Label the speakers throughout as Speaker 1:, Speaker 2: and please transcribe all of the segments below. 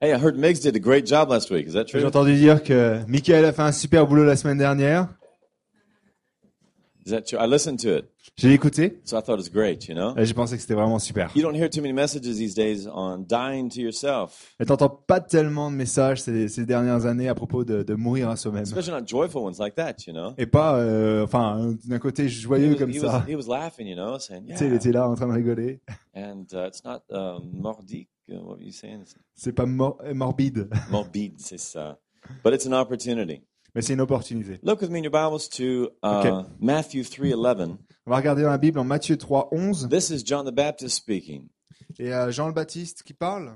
Speaker 1: Hey, I heard Migs did a great job last week. Is that
Speaker 2: J'ai
Speaker 1: true?
Speaker 2: entendu dire que Michael a fait un super boulot la semaine dernière.
Speaker 1: Is that true? I listened to it,
Speaker 2: J'ai écouté
Speaker 1: so I thought it was great, you know?
Speaker 2: et j'ai pensé que c'était vraiment super.
Speaker 1: You don't hear too many messages these days on dying to yourself,
Speaker 2: Et t'entends pas tellement de messages ces, ces dernières années à propos de, de mourir à soi-même.
Speaker 1: especially not joyful ones like that, you know?
Speaker 2: Et pas, euh, enfin, d'un côté
Speaker 1: He
Speaker 2: joyeux
Speaker 1: was,
Speaker 2: comme
Speaker 1: he
Speaker 2: ça.
Speaker 1: was- he was laughing, you know, saying,
Speaker 2: Tu sais, il
Speaker 1: yeah.
Speaker 2: était là en train de rigoler.
Speaker 1: And uh, it's not um, mordique, uh, what were you saying? It's
Speaker 2: C'est pas mor- morbide,
Speaker 1: morbide, c'est ça. But it's an opportunity.
Speaker 2: mais c'est une opportunité.
Speaker 1: Look with me in your Bibles to uh,
Speaker 2: Okay.
Speaker 1: Matthew 3.11.
Speaker 2: On va regarder dans la Bible en Matthieu 3, 11,
Speaker 1: This is John the Baptist speaking.
Speaker 2: et euh, Jean le Baptiste qui parle.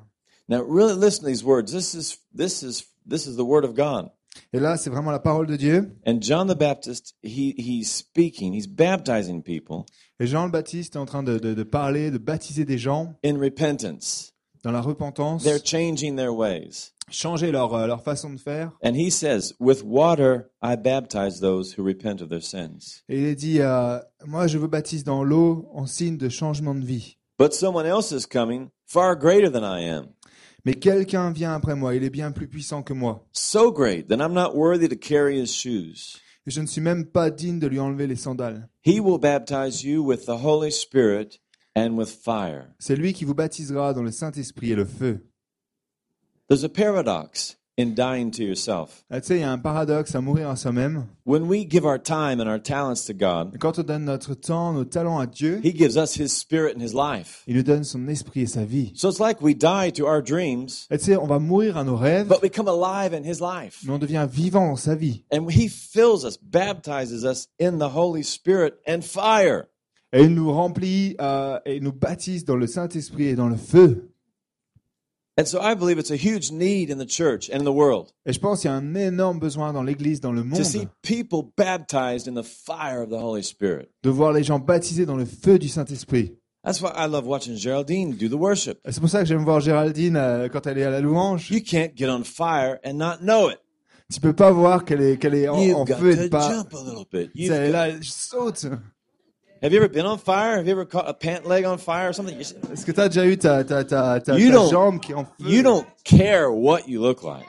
Speaker 1: Now, really listen to these words. This is, this is, this is the word of God.
Speaker 2: Et là, c'est vraiment la parole de Dieu.
Speaker 1: And John the Baptist, he, he's speaking, he's baptizing people
Speaker 2: Et Jean le Baptiste est en train de, de- de parler, de baptiser des gens
Speaker 1: in repentance.
Speaker 2: dans la repentance,
Speaker 1: They're changing their ways.
Speaker 2: changer leur, euh, leur façon de faire.
Speaker 1: And he says, With water I baptize those who repent of their sins.
Speaker 2: Et il est dit, euh, moi je vous baptise dans l'eau en signe de changement de vie.
Speaker 1: But someone else is coming, far greater than I am,
Speaker 2: Mais quelqu'un vient après moi, il est bien plus puissant que moi.
Speaker 1: so great that I'm not worthy to carry his shoes.
Speaker 2: Et je ne suis même pas digne de lui enlever les sandales.
Speaker 1: He will baptize you with the Holy Spirit and with fire.
Speaker 2: C'est lui qui vous baptisera dans le Saint-Esprit et le feu.
Speaker 1: There's a paradox in dying to yourself.
Speaker 2: Ah, tu sais, il y a un paradoxe à mourir à soi-même.
Speaker 1: When we give our time and our talents to God,
Speaker 2: Quand on donne notre temps, nos talents à Dieu,
Speaker 1: he gives us his spirit and his life.
Speaker 2: il nous donne son esprit et sa vie.
Speaker 1: So it's like we die to our dreams,
Speaker 2: Et tu sais, on va mourir à nos rêves,
Speaker 1: but we come alive in his life.
Speaker 2: mais on devient vivant dans sa vie.
Speaker 1: And he fills us, baptizes us in the Holy Spirit and fire.
Speaker 2: Et il nous remplit euh, et il nous baptise dans le Saint-Esprit et dans le feu.
Speaker 1: And so I believe it's a huge need in the church and in the world
Speaker 2: Et je pense qu'il y a un énorme besoin dans l'Église, dans le monde,
Speaker 1: to see people baptized in the fire of the Holy Spirit.
Speaker 2: de voir les gens baptisés dans le feu du Saint-Esprit.
Speaker 1: That's why I love watching Geraldine do the worship.
Speaker 2: Et C'est pour ça que j'aime voir Géraldine euh, quand elle est à la louange.
Speaker 1: You can't get on fire and not know it.
Speaker 2: Tu peux pas voir qu'elle est, qu'elle est en, en
Speaker 1: You've got
Speaker 2: feu et
Speaker 1: to
Speaker 2: de pas.
Speaker 1: jump a little bit.
Speaker 2: Tu
Speaker 1: You've
Speaker 2: sais, Elle est
Speaker 1: got-
Speaker 2: là, elle saute.
Speaker 1: Have you ever been on fire? Have you ever caught a pant leg on fire or something? You s-
Speaker 2: Est-ce que t'as déjà eu ta, ta, ta, ta,
Speaker 1: You
Speaker 2: ta
Speaker 1: don't-
Speaker 2: jambe qui est en feu
Speaker 1: You don't care what you look like.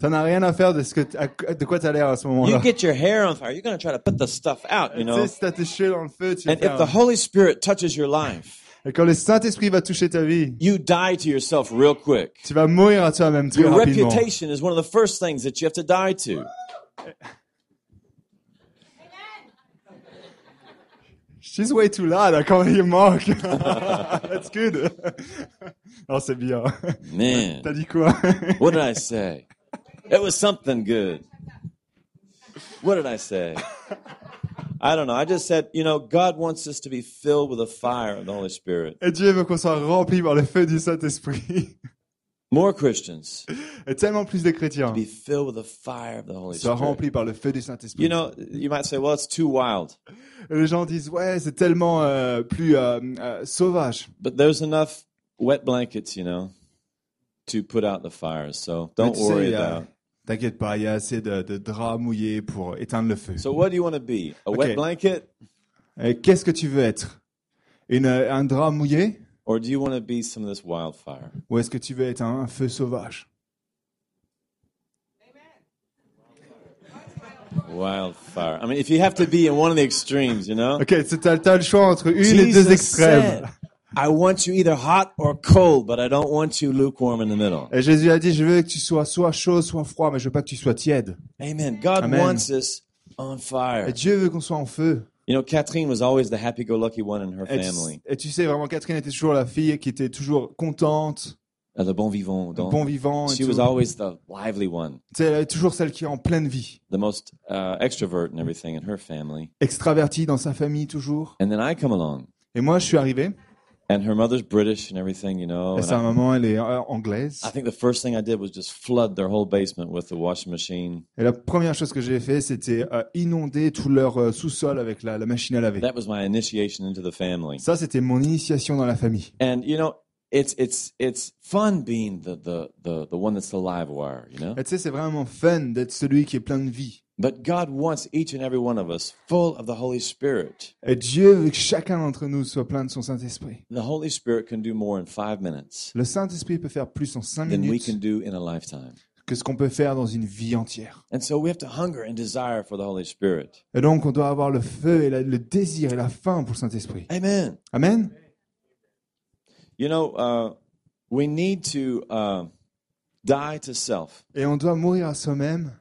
Speaker 2: T'en as rien à faire de ce que t- à- de quoi t'as l'air à ce
Speaker 1: You
Speaker 2: moment-là.
Speaker 1: get your hair on fire. You're going to try to put the stuff out, you
Speaker 2: Tu
Speaker 1: know.
Speaker 2: sais, si t'as tes cheveux dans le feu, tu vas
Speaker 1: And if the Holy Spirit touches your life,
Speaker 2: Et quand le Saint-Esprit va toucher ta vie,
Speaker 1: you die to yourself real quick.
Speaker 2: tu vas mourir à toi-même très
Speaker 1: Your
Speaker 2: rapidement.
Speaker 1: reputation is one of the first things that you have to die to.
Speaker 2: She's way too loud, I can't hear Mark. That's good. Non, c'est bien.
Speaker 1: Man,
Speaker 2: T'as dit quoi
Speaker 1: what did I say? It was something good. What did I say? I don't know. I just said, you know, God wants us to be filled with the fire of the Holy Spirit.
Speaker 2: Et Dieu veut qu'on soit rempli par le feu du Saint-Esprit.
Speaker 1: More Christians
Speaker 2: Et tellement plus de chrétiens
Speaker 1: be filled with the fire of the Holy
Speaker 2: soient
Speaker 1: Spirit.
Speaker 2: remplis par le feu du Saint-Esprit.
Speaker 1: You know, you might say, well, it's too wild.
Speaker 2: Et les gens disent, ouais, c'est tellement euh, plus euh, euh, sauvage.
Speaker 1: But there's enough wet blankets, you know, to put out the fires. So
Speaker 2: Mais
Speaker 1: don't
Speaker 2: tu sais,
Speaker 1: worry
Speaker 2: il y a-
Speaker 1: about it.
Speaker 2: T'inquiète pas, il y a assez de, de draps mouillés pour éteindre le feu.
Speaker 1: So what do you want to be? A
Speaker 2: Okay.
Speaker 1: wet blanket?
Speaker 2: Et Qu'est-ce que tu veux être Une, euh, Un drap mouillé
Speaker 1: Or do you want to be some of this wildfire?
Speaker 2: Ou est-ce que tu veux être un, un feu sauvage
Speaker 1: Wildfire. I mean, if you have to be in one of the extremes, you know?
Speaker 2: Ok, tu as, le choix entre une et
Speaker 1: Jesus
Speaker 2: deux extrêmes.
Speaker 1: said, I want you either hot or cold, but I don't want you lukewarm in the middle.
Speaker 2: Et Jésus a dit, je veux que tu sois soit chaud, soit froid, mais je veux pas que tu sois tiède.
Speaker 1: Amen. God
Speaker 2: Amen.
Speaker 1: wants us on fire.
Speaker 2: Et Dieu veut qu'on soit en feu.
Speaker 1: You know, Catherine was always the happy go lucky one in her
Speaker 2: Et tu,
Speaker 1: family.
Speaker 2: et tu sais, vraiment, Catherine était toujours la fille qui était toujours contente,
Speaker 1: Uh, the bon vivant. donc.
Speaker 2: bon vivant. Et
Speaker 1: She
Speaker 2: tout.
Speaker 1: was always the lively one,
Speaker 2: Tu sais, elle est toujours celle qui est en pleine vie,
Speaker 1: the most uh, extrovert and everything in her family.
Speaker 2: extravertie dans sa famille toujours.
Speaker 1: And then I come along,
Speaker 2: Et moi, je suis arrivé.
Speaker 1: and her mother's British and everything, you know.
Speaker 2: Et
Speaker 1: and I-
Speaker 2: sa maman, elle est euh, anglaise.
Speaker 1: I think the first thing I did was just flood their whole basement with the washing machine.
Speaker 2: Et la première chose que j'ai fait, c'était euh, inonder tout leur euh, sous-sol avec la, la machine à laver.
Speaker 1: That was my initiation into the family.
Speaker 2: Ça, c'était mon initiation dans la famille.
Speaker 1: And you know, it's it's it's fun being the the the, the one that's the live wire, you know.
Speaker 2: Et tu sais, c'est vraiment fun d'être celui qui est plein de vie.
Speaker 1: But God wants each and every one of us full of the Holy Spirit.
Speaker 2: Et Dieu veut que chacun d'entre nous soit plein de son Saint-Esprit.
Speaker 1: The Holy Spirit can do more in five minutes
Speaker 2: Le Saint-Esprit peut faire plus en cinq
Speaker 1: than we
Speaker 2: minutes
Speaker 1: can do in a lifetime.
Speaker 2: que ce qu'on peut faire dans une vie entière.
Speaker 1: And so we have to hunger and desire for the Holy Spirit.
Speaker 2: Et donc, on doit avoir le feu et la- le désir et la faim pour le Saint-Esprit.
Speaker 1: Amen.
Speaker 2: Amen.
Speaker 1: You know, uh, we need to uh, die to self.
Speaker 2: Et on doit mourir à soi-même.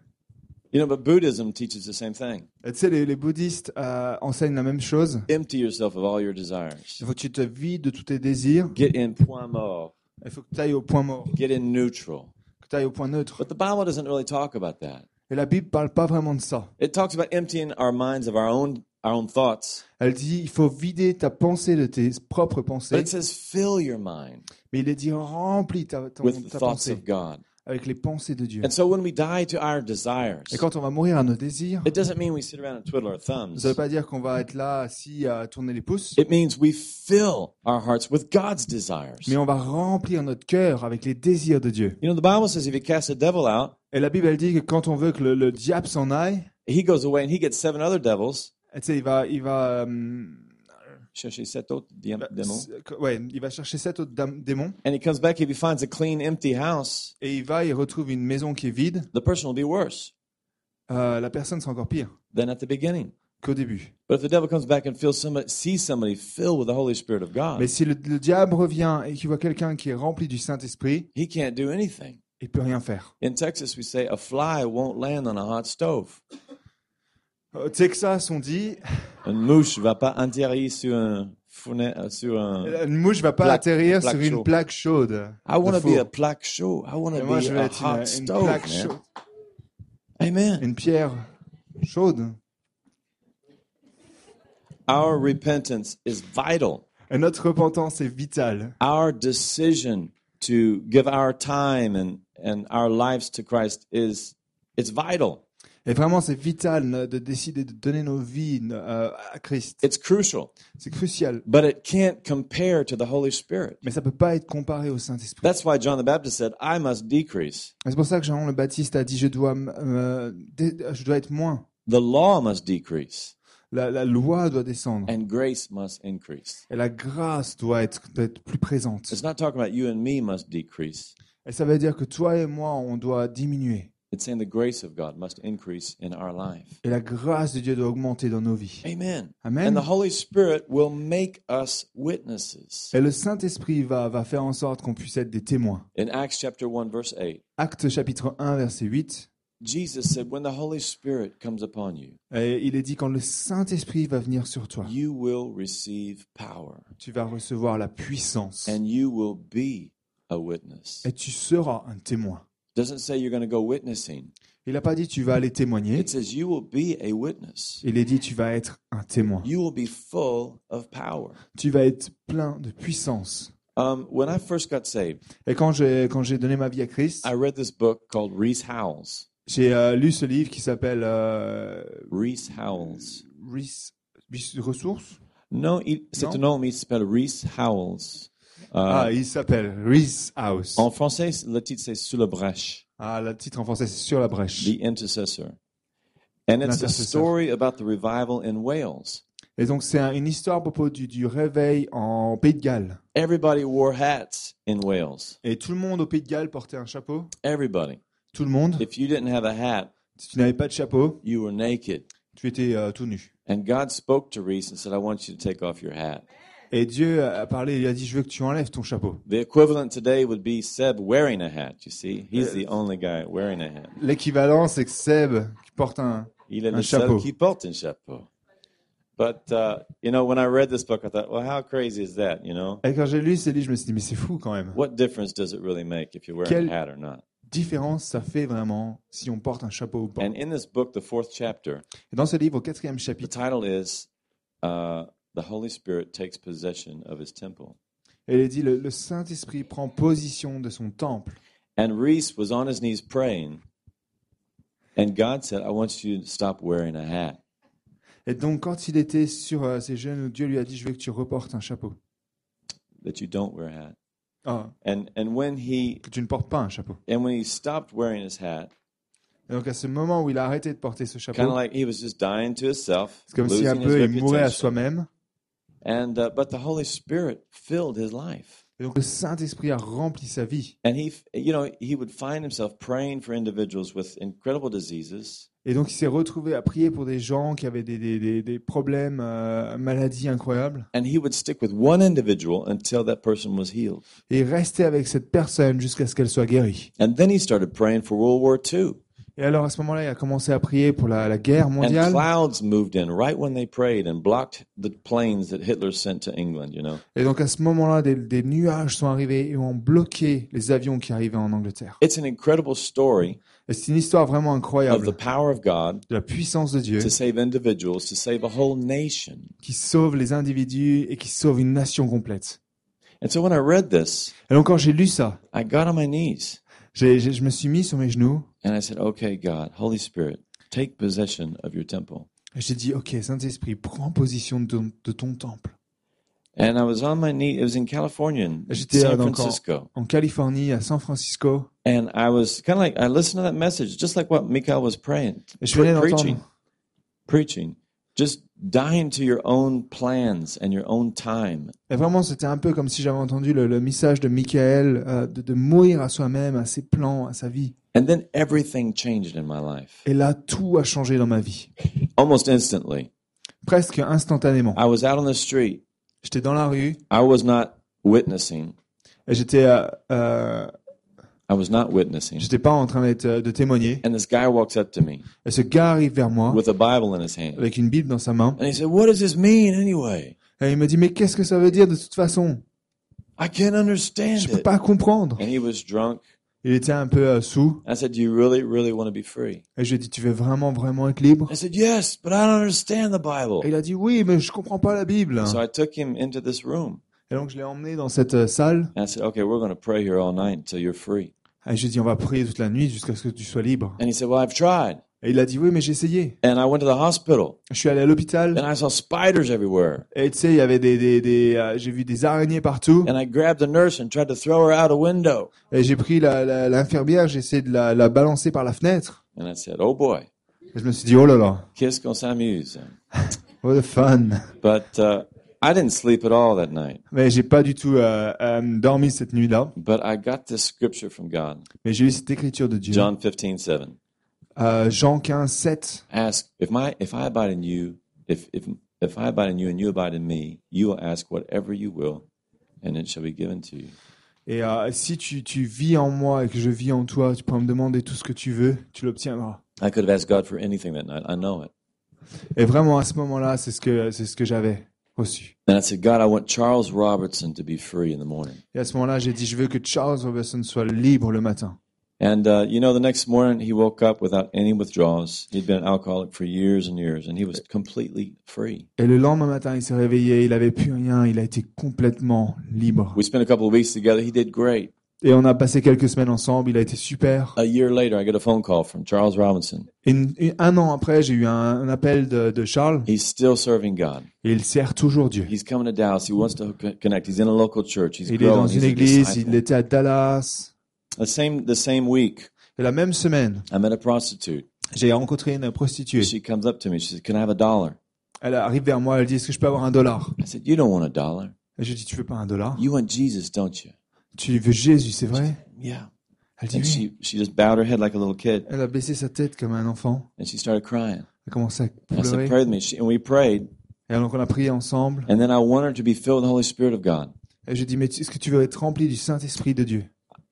Speaker 1: You know, but Buddhism teaches the same thing.
Speaker 2: Et tu sais, les, les bouddhistes euh, enseignent la même chose.
Speaker 1: Empty yourself of all your desires.
Speaker 2: Il faut que tu te vides de tous tes désirs.
Speaker 1: Get in point mort.
Speaker 2: Il faut que tu ailles au point mort,
Speaker 1: Get in neutral.
Speaker 2: que tu ailles au point neutre.
Speaker 1: But the Bible doesn't really talk about that.
Speaker 2: Et la Bible parle pas vraiment de ça.
Speaker 1: It talks about emptying our minds of our own our own thoughts.
Speaker 2: Elle dit, il faut vider ta pensée de tes propres
Speaker 1: But
Speaker 2: pensées.
Speaker 1: it says fill your mind
Speaker 2: Mais il est dit, remplis ta, ton-
Speaker 1: with the
Speaker 2: ta
Speaker 1: thoughts
Speaker 2: pensée
Speaker 1: of God.
Speaker 2: avec les pensées de Dieu.
Speaker 1: And so when we die to our desires,
Speaker 2: Et quand on va mourir à nos désirs,
Speaker 1: it doesn't mean we sit around and twiddle our thumbs.
Speaker 2: ça veut pas dire qu'on va être là assis à tourner les pouces,
Speaker 1: It means we fill our hearts with God's desires.
Speaker 2: mais on va remplir notre cœur avec les désirs de Dieu.
Speaker 1: You know, the Bible says if you cast the devil out,
Speaker 2: Et la Bible, elle dit que quand on veut que le, le diable s'en aille,
Speaker 1: he goes away and he gets seven other devils.
Speaker 2: tu sais, il va, il va, euh,
Speaker 1: Cherchez sept autres dia- démons.
Speaker 2: s- ouais, il va chercher sept autres dam- démons.
Speaker 1: And he comes back, if he finds a clean, empty house,
Speaker 2: Et il va, il retrouve une maison qui est vide.
Speaker 1: the person will be worse
Speaker 2: Euh, la personne, c'est encore pire
Speaker 1: than at the beginning.
Speaker 2: qu'au début.
Speaker 1: But if the devil comes back and feels somebody, sees somebody filled with the Holy Spirit of God,
Speaker 2: Mais si le, le diable revient et qu'il voit quelqu'un qui est rempli du Saint-Esprit,
Speaker 1: he can't do anything.
Speaker 2: il peut rien faire.
Speaker 1: In Texas, we say a fly won't land on a hot stove.
Speaker 2: Au Texas, on dit,
Speaker 1: Une mouche va pas atterrir sur un fournet, euh, sur un.
Speaker 2: une mouche va pas
Speaker 1: Plaque-
Speaker 2: atterrir
Speaker 1: plaque
Speaker 2: sur une
Speaker 1: chaude.
Speaker 2: plaque chaude.
Speaker 1: I want
Speaker 2: de
Speaker 1: to be
Speaker 2: four.
Speaker 1: a plaque show. I want
Speaker 2: Et
Speaker 1: to
Speaker 2: moi,
Speaker 1: be
Speaker 2: je veux
Speaker 1: a
Speaker 2: être une,
Speaker 1: hot
Speaker 2: une
Speaker 1: stove.
Speaker 2: plaque
Speaker 1: man.
Speaker 2: chaude,
Speaker 1: Amen.
Speaker 2: une pierre chaude.
Speaker 1: Our repentance is vital.
Speaker 2: Et notre repentance est vitale.
Speaker 1: Our decision to give our time and, and our lives to Christ is it's vital.
Speaker 2: Et vraiment, c'est vital ne- de décider de donner nos vies euh, à Christ.
Speaker 1: It's crucial,
Speaker 2: C'est crucial.
Speaker 1: but it can't compare to the Holy Spirit.
Speaker 2: Mais ça peut pas être comparé au Saint-Esprit.
Speaker 1: That's why John the Baptist said, "I must decrease.
Speaker 2: Et C'est pour ça que Jean le Baptiste a dit je dois, m- euh, dé- je dois être moins.
Speaker 1: The law must decrease,
Speaker 2: La, la loi doit descendre
Speaker 1: and grace must increase."
Speaker 2: et la grâce doit être, doit être plus présente.
Speaker 1: It's not talking about you and me must decrease.
Speaker 2: Et ça veut dire que toi et moi, on doit diminuer
Speaker 1: It's saying the grace of God must increase in our life.
Speaker 2: et la grâce de Dieu doit augmenter dans nos vies.
Speaker 1: Amen. And
Speaker 2: Amen.
Speaker 1: the Holy Spirit will make us witnesses.
Speaker 2: Et le Saint-Esprit va, va faire en sorte qu'on puisse être des témoins.
Speaker 1: In Acts chapter 1 verse 8,
Speaker 2: Acte chapitre 1, verset 8.
Speaker 1: Jesus said, When the Holy Spirit comes upon you,
Speaker 2: Et il est dit quand le Saint-Esprit va venir sur toi,
Speaker 1: you will receive power
Speaker 2: tu vas recevoir la puissance
Speaker 1: and you will be a witness.
Speaker 2: et tu seras un témoin.
Speaker 1: doesn't say you're going to go witnessing,
Speaker 2: Il n'a pas dit tu vas aller témoigner,
Speaker 1: it says you will be a witness.
Speaker 2: il est dit tu vas être un témoin.
Speaker 1: You will be full of power.
Speaker 2: Tu vas être plein de puissance.
Speaker 1: Um, when I first got saved,
Speaker 2: Et quand j'ai quand j'ai donné ma vie à Christ,
Speaker 1: I read this book called Reese Howells.
Speaker 2: j'ai euh, lu ce livre qui s'appelle euh,
Speaker 1: Reese Howells.
Speaker 2: Res- Res- Ressources.
Speaker 1: Non, il, c'est
Speaker 2: Non.
Speaker 1: un homme, il s'appelle Reese Howells. Euh,
Speaker 2: Ah, il s'appelle Reese House.
Speaker 1: En français, le titre c'est Sous le brèche,
Speaker 2: Ah, le titre en français c'est Sur la brèche.
Speaker 1: The Intercessor. And it's a
Speaker 2: L'intercesseur.
Speaker 1: story about the revival in Wales.
Speaker 2: Et donc c'est un- une histoire à propos du, du réveil en Pays de Galles.
Speaker 1: Everybody wore hats in Wales.
Speaker 2: Et tout le monde au Pays de Galles portait un chapeau.
Speaker 1: Everybody.
Speaker 2: Tout le monde.
Speaker 1: If you didn't have a hat,
Speaker 2: Si tu n'avais pas de chapeau,
Speaker 1: you were naked.
Speaker 2: tu étais euh, tout nu.
Speaker 1: And God spoke to Reese and said, I want you to take off your hat.
Speaker 2: Et Dieu a parlé, il a dit je veux que tu enlèves ton chapeau.
Speaker 1: The equivalent today would be Seb wearing a hat, you see? He's the only guy wearing a hat.
Speaker 2: L'équivalent c'est que Seb qui porte un
Speaker 1: Il est
Speaker 2: Un
Speaker 1: le seul
Speaker 2: chapeau.
Speaker 1: qui porte un chapeau. But, uh, you know, when I read this book, I thought, well, how crazy is that, you know?
Speaker 2: Et quand j'ai lu ce livre, je me suis dit mais c'est fou quand même.
Speaker 1: What difference does it really make if you're wearing
Speaker 2: Quel-
Speaker 1: a hat or not?
Speaker 2: différence ça fait vraiment si on porte un chapeau ou pas.
Speaker 1: And in this book, the fourth chapter,
Speaker 2: Et dans ce livre, au quatrième
Speaker 1: the
Speaker 2: chapitre,
Speaker 1: title is uh, The Holy Spirit Takes Possession of His Temple.
Speaker 2: elle est dit le, le Saint-Esprit prend position de son temple.
Speaker 1: And Reese was on his knees praying. And God said, I want you to stop wearing a hat.
Speaker 2: Et donc, quand il était sur euh, ses genoux, Dieu lui a dit Je veux que tu reportes un chapeau,
Speaker 1: That you don't wear a hat.
Speaker 2: Ah,
Speaker 1: And and when he
Speaker 2: que tu ne portes pas un chapeau.
Speaker 1: and when he stopped wearing his hat,
Speaker 2: Et donc à ce moment où il a arrêté de porter ce
Speaker 1: kind of
Speaker 2: chapeau,
Speaker 1: like he was just dying to himself,
Speaker 2: c'est comme si un
Speaker 1: losing his
Speaker 2: peu il mourait à
Speaker 1: reputation.
Speaker 2: soi-même.
Speaker 1: And uh, but the Holy Spirit filled his life,
Speaker 2: Et donc le Saint-Esprit a rempli sa vie.
Speaker 1: and he f- you know he would find himself praying for individuals with incredible diseases,
Speaker 2: Et donc il s'est retrouvé à prier pour des gens qui avaient des, des, des, des problèmes, euh, maladies incroyables.
Speaker 1: and he would stick with one individual until that person was healed.
Speaker 2: Et il restait avec cette personne jusqu'à ce qu'elle soit guérie.
Speaker 1: And then he started praying for World War II,
Speaker 2: Et alors à ce moment-là, il a commencé à prier pour la, la guerre
Speaker 1: and
Speaker 2: mondiale.
Speaker 1: clouds moved in right when they prayed and blocked the planes that Hitler sent to England. You know,
Speaker 2: Et donc à ce moment-là, des, des nuages sont arrivés et ont bloqué les avions qui arrivaient en Angleterre.
Speaker 1: it's an incredible story
Speaker 2: Et c'est une histoire vraiment
Speaker 1: of
Speaker 2: incroyable
Speaker 1: the power of God
Speaker 2: de la puissance de Dieu
Speaker 1: to save individuals, to save a whole nation.
Speaker 2: qui sauve les individus et qui sauve une nation complète.
Speaker 1: And so when I read this,
Speaker 2: Et donc quand j'ai lu ça,
Speaker 1: I got on my knees.
Speaker 2: j'ai- j'ai- je me suis mis sur mes genoux
Speaker 1: And I said, Okay, God, Holy Spirit, take possession of your temple.
Speaker 2: et j'ai dit, OK, Saint-Esprit, prends position de ton, de ton temple.
Speaker 1: And I was on my knee. It was in California, in
Speaker 2: J'étais
Speaker 1: San
Speaker 2: donc en-
Speaker 1: Francisco.
Speaker 2: En Californie, à San Francisco,
Speaker 1: And I was kind of like, I listened to that message, just like what Mikhail was praying,
Speaker 2: et je
Speaker 1: pre-
Speaker 2: venais
Speaker 1: preaching,
Speaker 2: d'entendre,
Speaker 1: preaching, just dying to your own plans and your own time.
Speaker 2: et vraiment c'était un peu comme si j'avais entendu le, le message de Michael euh, de, de mourir à soi-même, à ses plans, à sa vie.
Speaker 1: And then everything changed in my life
Speaker 2: Et là, tout a changé dans ma vie.
Speaker 1: almost instantly.
Speaker 2: Presque instantanément.
Speaker 1: I was out on the street.
Speaker 2: J'étais dans la rue
Speaker 1: I was not witnessing.
Speaker 2: et j'étais euh, euh,
Speaker 1: I was not witnessing.
Speaker 2: j'étais pas en train d'être euh, de témoigner.
Speaker 1: And this guy walks up to me
Speaker 2: Et ce gars arrive vers moi
Speaker 1: with a Bible in his hand.
Speaker 2: avec une Bible dans sa main
Speaker 1: And he said, What does this mean anyway?
Speaker 2: et il me dit mais qu'est-ce que ça veut dire de toute façon
Speaker 1: I can't
Speaker 2: Je
Speaker 1: understand
Speaker 2: peux
Speaker 1: it.
Speaker 2: pas comprendre.
Speaker 1: And he was drunk.
Speaker 2: Il était un peu euh, sous
Speaker 1: I said, Do you really, really want to be free?
Speaker 2: et je lui ai dit tu veux vraiment vraiment être libre
Speaker 1: I said, Yes, but I don't understand the Bible.
Speaker 2: Et il a dit oui mais je comprends pas la Bible.
Speaker 1: So I took him into this room.
Speaker 2: Et donc je l'ai emmené dans cette euh, salle
Speaker 1: And I said, Okay, we're going to pray here all night until you're free.
Speaker 2: et je lui ai dit on va prier toute la nuit jusqu'à ce que tu sois libre.
Speaker 1: And he said, Well, I've tried.
Speaker 2: Et il a dit oui mais j'ai essayé.
Speaker 1: And I went to the hospital
Speaker 2: Je suis allé à l'hôpital
Speaker 1: and I saw spiders everywhere.
Speaker 2: et tu sais il y avait des des, des euh, j'ai vu des araignées partout.
Speaker 1: And I grabbed the nurse and tried to throw her out a window.
Speaker 2: Et j'ai pris la- la- l'infirmière, j'ai essayé de la, la balancer par la fenêtre.
Speaker 1: And I said, Oh boy,
Speaker 2: Et je me suis dit, oh là là,
Speaker 1: qu'est-ce qu'on s'amuse.
Speaker 2: what a fun.
Speaker 1: But uh, I didn't sleep at all that night.
Speaker 2: Mais j'ai pas du tout euh, euh, dormi cette nuit-là.
Speaker 1: But I got this scripture from God
Speaker 2: Mais j'ai eu cette écriture de Dieu.
Speaker 1: John 15, 7.
Speaker 2: Euh, Jean 15, 7.
Speaker 1: ask if my if I abide in you, if if if I abide in you and you abide in me, you will ask whatever you will, and it shall be given to you.
Speaker 2: Et euh, si tu, tu vis en moi et que je vis en toi, tu pourras me demander tout ce que tu veux, tu l'obtiendras.
Speaker 1: I could have asked God for anything that night. I know it.
Speaker 2: Et vraiment, à ce moment-là, c'est ce que, c'est ce que j'avais reçu.
Speaker 1: And I said, God, I want Charles Robertson to be free in the morning.
Speaker 2: Et à ce moment-là, j'ai dit, je veux que Charles Robertson soit libre le matin.
Speaker 1: And uh, you know, the next morning he woke up without any withdrawals. He'd been an alcoholic for years and years, and he was completely free.
Speaker 2: Et le lendemain matin, il s'est réveillé, il avait plus rien, il a été complètement libre.
Speaker 1: We spent a couple of weeks together. He did great.
Speaker 2: Et on a passé quelques semaines ensemble, il a été super.
Speaker 1: A year later, I get a phone call from Charles Robinson.
Speaker 2: Et une- une- un an après, j'ai eu un, un appel de, de Charles,
Speaker 1: He's still serving God.
Speaker 2: et il sert toujours Dieu.
Speaker 1: He's coming to Dallas. He wants to co- connect. He's in a local church. He's
Speaker 2: Il est
Speaker 1: growing.
Speaker 2: dans
Speaker 1: He's
Speaker 2: une
Speaker 1: a
Speaker 2: église,
Speaker 1: disciple.
Speaker 2: il était à Dallas.
Speaker 1: The same the same week,
Speaker 2: Et la même semaine,
Speaker 1: I met a prostitute.
Speaker 2: j'ai rencontré une prostituée.
Speaker 1: She comes up to me. She says, "Can I have a dollar?"
Speaker 2: Elle arrive vers moi, elle dit, est-ce que je peux avoir un dollar
Speaker 1: I said, "You don't want a dollar.
Speaker 2: Et je lui dis, tu veux pas un dollar
Speaker 1: You want Jesus, don't you?"
Speaker 2: Tu veux Jésus, c'est vrai
Speaker 1: Yeah.
Speaker 2: Elle dit,
Speaker 1: And
Speaker 2: oui.
Speaker 1: she she just bowed her head like a little kid,
Speaker 2: Elle a baissé sa tête comme un enfant.
Speaker 1: and she started crying.
Speaker 2: Elle a commencé à
Speaker 1: And I said,
Speaker 2: pleurer.
Speaker 1: "Pray with me." She, and we prayed.
Speaker 2: Et donc on a prié ensemble.
Speaker 1: And then I want her to be filled with the Holy Spirit of God.
Speaker 2: Et je lui dis, mais est-ce que tu veux être rempli du Saint-Esprit de Dieu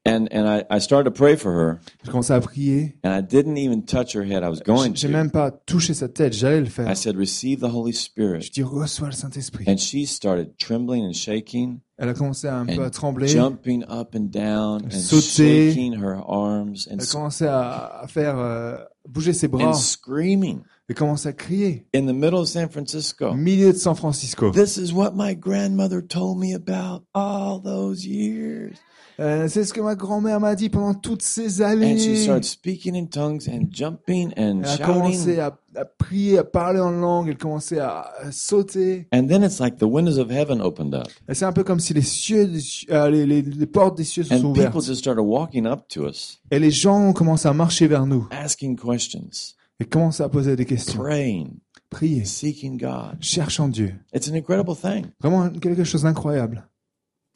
Speaker 1: And and I, I started to pray for her,
Speaker 2: Je commençais à prier.
Speaker 1: and I didn't even touch her head. I was
Speaker 2: J'ai
Speaker 1: going
Speaker 2: j'ai
Speaker 1: to.
Speaker 2: même pas touché sa tête, j'allais le
Speaker 1: I
Speaker 2: faire.
Speaker 1: said, "Receive the Holy
Speaker 2: Je
Speaker 1: Spirit."
Speaker 2: dis, reçois le Saint-Esprit.
Speaker 1: And she started trembling and shaking.
Speaker 2: Elle a commencé à un peu à trembler.
Speaker 1: jumping up and down and
Speaker 2: Sauter.
Speaker 1: shaking her arms and,
Speaker 2: Elle commençait à, à faire euh, bouger ses bras.
Speaker 1: and screaming
Speaker 2: Elle commençait à crier.
Speaker 1: in the middle of San
Speaker 2: Au
Speaker 1: Francisco.
Speaker 2: milieu de San Francisco.
Speaker 1: This is what my grandmother told me about all those years.
Speaker 2: Euh, c'est ce que ma grand-mère m'a dit pendant toutes ces
Speaker 1: And she
Speaker 2: années.
Speaker 1: started speaking in tongues and jumping and
Speaker 2: Elle a
Speaker 1: shouting.
Speaker 2: commencé à, à prier, à parler en langue, elle commençait à, à sauter.
Speaker 1: And then it's like the windows of heaven opened up.
Speaker 2: Et C'est un peu comme si les cieux, des cieux- euh, les, les- les portes des cieux se sont
Speaker 1: And
Speaker 2: ouvertes.
Speaker 1: people just started walking up to us,
Speaker 2: Et les gens commencent à marcher vers nous
Speaker 1: asking questions,
Speaker 2: et commencent à poser des questions.
Speaker 1: praying,
Speaker 2: Prier,
Speaker 1: seeking God.
Speaker 2: cherchant Dieu.
Speaker 1: It's an incredible thing.
Speaker 2: Vraiment quelque chose d'incroyable.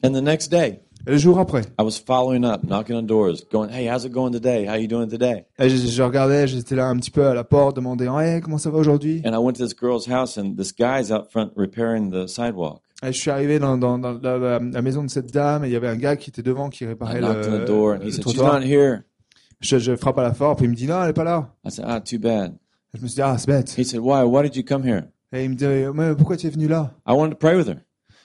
Speaker 1: And the next day,
Speaker 2: Et le jour après,
Speaker 1: I was following up, knocking on doors, going, "Hey, how's it going today? How you doing today?"
Speaker 2: et je, je regardais, j'étais là un petit peu à la porte, demandant hey, comment ça va aujourd'hui
Speaker 1: And I went to this girl's house, and this guy's out front repairing the sidewalk.
Speaker 2: Et Je suis arrivé dans, dans- dans la, la- la maison de cette dame et il y avait un gars qui était devant qui
Speaker 1: I
Speaker 2: réparait le,
Speaker 1: knocked on the door, and he
Speaker 2: le
Speaker 1: said, "She's
Speaker 2: trottoir.
Speaker 1: not here."
Speaker 2: Je, je frappe à la porte, puis il me dit non, elle est pas là.
Speaker 1: I said, "Ah, too bad."
Speaker 2: Et je me suis dit ah, c'est bête.
Speaker 1: He said, "Why? Why did you come here?"
Speaker 2: Et il me dit mais pourquoi tu es venu là
Speaker 1: I wanted to pray with her.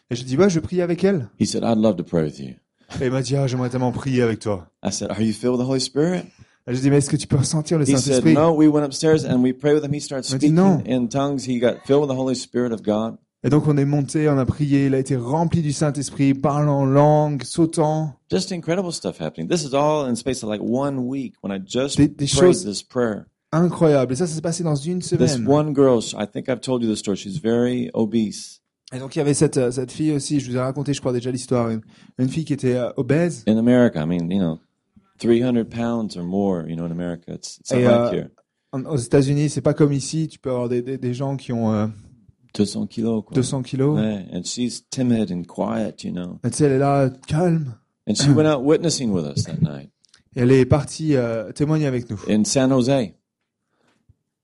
Speaker 2: Et je dis ouais, je vais prier avec elle.
Speaker 1: He said, "I'd love to pray with you."
Speaker 2: Et il m'a dit ah, j'aimerais tellement prier avec toi.
Speaker 1: I said, "Are you filled with the Holy Spirit?"
Speaker 2: Et Ah, je dis mais est-ce que tu peux ressentir le
Speaker 1: He said,
Speaker 2: Saint-Esprit
Speaker 1: "No." We went upstairs and we prayed with him. He started
Speaker 2: Me dit, "Non."
Speaker 1: speaking in tongues. He got filled with the Holy Spirit of God.
Speaker 2: Et donc on est monté, on a prié, il a été rempli du Saint-Esprit, parlant en langue, sautant.
Speaker 1: Just incredible stuff happening. This is all in space of like one week when I just
Speaker 2: Des- des
Speaker 1: prayed
Speaker 2: choses-
Speaker 1: this prayer.
Speaker 2: Incroyable. Et ça, ça s'est passé dans une
Speaker 1: This
Speaker 2: semaine.
Speaker 1: one girl, sh- I think I've told you the story. She's very obese,
Speaker 2: Et donc il y avait cette, euh, cette fille aussi, je vous ai raconté, je crois déjà l'histoire, une, une fille qui était euh, obèse.
Speaker 1: in America. I mean, you know, 300 pounds or more, you know, in America. It's, it's not
Speaker 2: Et,
Speaker 1: like
Speaker 2: euh,
Speaker 1: here.
Speaker 2: En- aux États-Unis, c'est pas comme ici, tu peux avoir des, des, des gens qui ont euh,
Speaker 1: 200 kilos. quoi.
Speaker 2: 200 kilos.
Speaker 1: Yeah, and she's timid and quiet, you know.
Speaker 2: Et Tu sais, elle est là, calme.
Speaker 1: And she went out witnessing with us that night
Speaker 2: Et elle est partie euh, témoigner avec nous.
Speaker 1: in San Jose.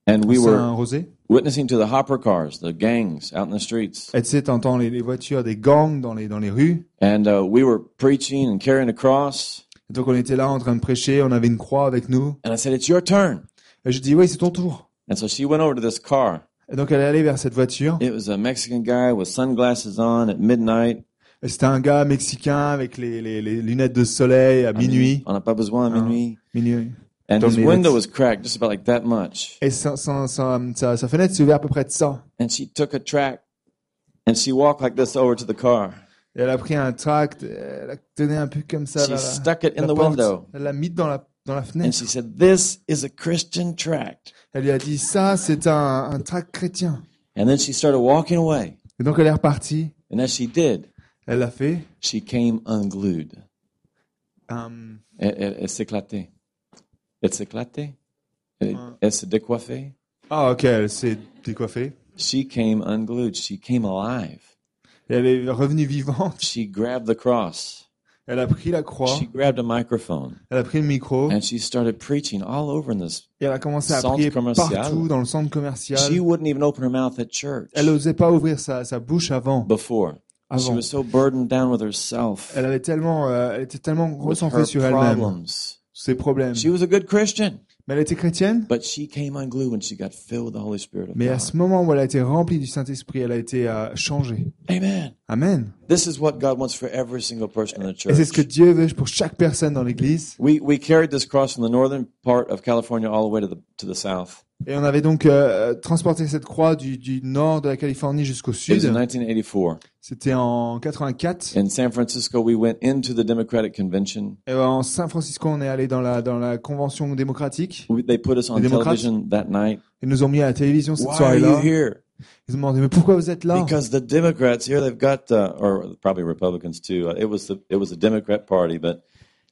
Speaker 1: And we
Speaker 2: C'est
Speaker 1: were
Speaker 2: un rosé.
Speaker 1: witnessing to the hopper cars, the gangs out in the streets.
Speaker 2: Et tu sais, t'entends les, les voitures des gangs dans les, dans les rues.
Speaker 1: And uh, we were preaching and carrying a cross.
Speaker 2: Et donc on était là en train de prêcher, on avait une croix avec nous.
Speaker 1: And I said, It's your turn.
Speaker 2: Et je dis, oui, c'est ton tour.
Speaker 1: And so she went over to this car.
Speaker 2: Et donc elle est allée vers cette voiture.
Speaker 1: It was a Mexican guy with sunglasses on at midnight.
Speaker 2: Et C'était un gars mexicain avec les, les, les lunettes de soleil
Speaker 1: Ah,
Speaker 2: à minuit.
Speaker 1: On n'a pas besoin,
Speaker 2: Ah.
Speaker 1: minuit.
Speaker 2: Minuit.
Speaker 1: And
Speaker 2: Don't
Speaker 1: his
Speaker 2: need
Speaker 1: window
Speaker 2: it.
Speaker 1: was cracked just about like that much.
Speaker 2: Et sa, sa, sa, sa, sa fenêtre s'est ouverte à peu près de ça.
Speaker 1: And she took a track and she walked like this over to the car.
Speaker 2: Et elle a pris un tract, elle a tenu un peu comme ça.
Speaker 1: She
Speaker 2: vers la-
Speaker 1: stuck it in
Speaker 2: la
Speaker 1: the
Speaker 2: porte.
Speaker 1: window.
Speaker 2: Elle l'a mis dans la, dans la
Speaker 1: And
Speaker 2: fenêtre.
Speaker 1: she said, This is a Christian tract.
Speaker 2: Elle lui a dit, ça, c'est un, un tract chrétien.
Speaker 1: And then she started walking away.
Speaker 2: Et donc elle est repartie.
Speaker 1: And as she did,
Speaker 2: Elle l'a fait.
Speaker 1: she came unglued.
Speaker 2: Hum,
Speaker 1: Elle, elle, elle s'éclatait. Elle s'éclatait. Elle,
Speaker 2: Ouais.
Speaker 1: elle se décoiffait.
Speaker 2: Ah, ok, elle s'est décoiffée.
Speaker 1: She came unglued. She came alive.
Speaker 2: Et elle est revenue vivante.
Speaker 1: She grabbed the cross.
Speaker 2: Elle a pris la croix.
Speaker 1: She grabbed a microphone
Speaker 2: Elle a pris le micro.
Speaker 1: and she started preaching all over in this.
Speaker 2: Et elle a commencé à
Speaker 1: Centre
Speaker 2: prier
Speaker 1: commercial.
Speaker 2: partout dans le centre commercial.
Speaker 1: She wouldn't even open her mouth at church
Speaker 2: Elle n'osait pas ouvrir sa, sa bouche avant.
Speaker 1: before. She
Speaker 2: avant.
Speaker 1: was so burdened down with herself,
Speaker 2: Elle avait tellement, euh, elle était tellement
Speaker 1: with her
Speaker 2: recentrée sur elle-même,
Speaker 1: problems.
Speaker 2: ses problèmes.
Speaker 1: She was a good Christian,
Speaker 2: Mais elle était chrétienne.
Speaker 1: but she came unglued when she got filled with the Holy Spirit of
Speaker 2: Mais à
Speaker 1: God.
Speaker 2: ce moment où elle a été remplie du Saint-Esprit, elle a été euh, changée.
Speaker 1: Amen.
Speaker 2: Amen.
Speaker 1: This is what God wants for every single person in the
Speaker 2: Et c'est ce que
Speaker 1: church.
Speaker 2: Dieu veut pour chaque personne dans l'Église.
Speaker 1: We, we carried this cross from the northern part of California all the way to the, to the south.
Speaker 2: Et on avait donc euh, transporté cette croix du, du nord de la Californie jusqu'au
Speaker 1: It was in
Speaker 2: sud.
Speaker 1: 1984.
Speaker 2: C'était en 84.
Speaker 1: In San Francisco, we went into the Democratic Convention.
Speaker 2: Et ben, en San Francisco, on est allé dans la, dans la convention démocratique.
Speaker 1: We, they put us on
Speaker 2: Les démocrates?
Speaker 1: television that night.
Speaker 2: Ils nous ont mis à la télévision cette
Speaker 1: Why are you
Speaker 2: soirée-là.
Speaker 1: here?
Speaker 2: Ils ont demandé, mais pourquoi vous êtes là
Speaker 1: Because the Democrats here, they've got, uh, or probably Republicans too. uh, It was the it was the Democrat Party, but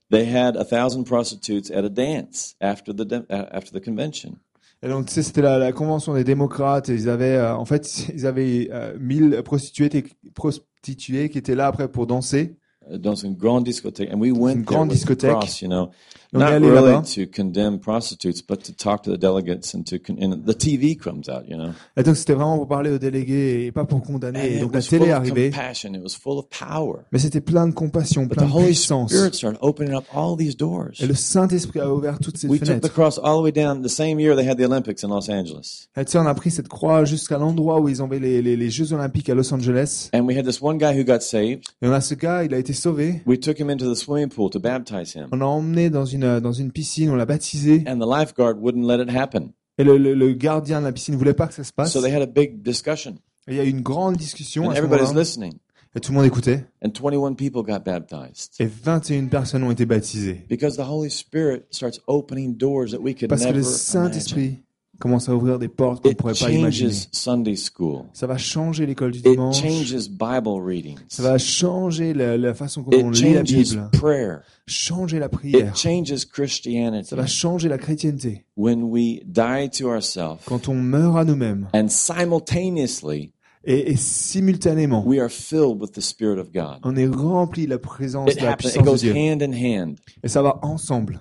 Speaker 1: they had a thousand prostitutes at a dance after the dem- uh, after the convention.
Speaker 2: Et donc, tu sais, c'était la, la convention des démocrates. Et ils avaient, euh, en fait, ils avaient euh, 1000 prostituées, qui- prostituées qui étaient là après pour danser.
Speaker 1: Uh, Dans une grande discothèque, and we went
Speaker 2: une
Speaker 1: there
Speaker 2: grande
Speaker 1: with the
Speaker 2: discothèque.
Speaker 1: cross, you know,
Speaker 2: Et on est
Speaker 1: not
Speaker 2: allé
Speaker 1: really
Speaker 2: là-bas.
Speaker 1: to condemn prostitutes, but to talk to the delegates and to con- and the TV comes out, you know.
Speaker 2: Et donc, c'était vraiment pour parler aux délégués et pas pour condamner. Et
Speaker 1: And it
Speaker 2: Eh, donc, la
Speaker 1: was
Speaker 2: télé
Speaker 1: full
Speaker 2: est
Speaker 1: of
Speaker 2: arrivée.
Speaker 1: compassion. It was full of power.
Speaker 2: Mais c'était plein de compassion,
Speaker 1: But the
Speaker 2: plein de
Speaker 1: Holy
Speaker 2: puissance.
Speaker 1: Spirit started opening up all these doors.
Speaker 2: Et le Saint-Esprit a ouvert toutes ces
Speaker 1: We took the
Speaker 2: fenêtres.
Speaker 1: cross all the way down. The same year they had the Olympics in Los Angeles.
Speaker 2: Et tu sais, on a pris cette croix jusqu'à l'endroit où ils ont fait les, les, les Jeux Olympiques à Los Angeles.
Speaker 1: And we had this one guy who got saved.
Speaker 2: Et on a ce gars, il a été sauvé.
Speaker 1: We took him into the swimming pool to baptize him.
Speaker 2: On l'a emmené dans une, euh, dans une piscine, on l'a baptisé.
Speaker 1: And the lifeguard wouldn't let it happen.
Speaker 2: Et le, le, le gardien de la piscine ne voulait pas que ça se passe.
Speaker 1: So they had a big discussion.
Speaker 2: Et il y a eu une grande discussion
Speaker 1: And
Speaker 2: à ce
Speaker 1: everybody's
Speaker 2: moment-là.
Speaker 1: listening.
Speaker 2: Et tout le monde écoutait.
Speaker 1: and 21 people got baptized.
Speaker 2: Et 21 personnes ont été baptisées.
Speaker 1: Because the Holy Spirit starts opening doors that we could
Speaker 2: Parce que
Speaker 1: never
Speaker 2: le
Speaker 1: imagine.
Speaker 2: Saint-Esprit commence à ouvrir des portes qu'on ne
Speaker 1: It
Speaker 2: pourrait pas imaginer.
Speaker 1: changes Sunday school.
Speaker 2: Ça va changer l'école du
Speaker 1: It
Speaker 2: dimanche.
Speaker 1: changes Bible readings.
Speaker 2: Ça va changer la, la façon dont on
Speaker 1: It
Speaker 2: lit la
Speaker 1: changes
Speaker 2: Bible.
Speaker 1: prayer.
Speaker 2: Changer la
Speaker 1: It
Speaker 2: prière.
Speaker 1: changes Christianity
Speaker 2: Ça va changer la chrétienté.
Speaker 1: when we die to ourselves
Speaker 2: Quand on meurt à nous-mêmes
Speaker 1: and simultaneously
Speaker 2: et, et simultanément,
Speaker 1: we are filled with the Spirit of God.
Speaker 2: on est rempli de la présence,
Speaker 1: It
Speaker 2: de la
Speaker 1: happens. It goes
Speaker 2: puissance de Dieu.
Speaker 1: hand in hand.
Speaker 2: Et ça va ensemble.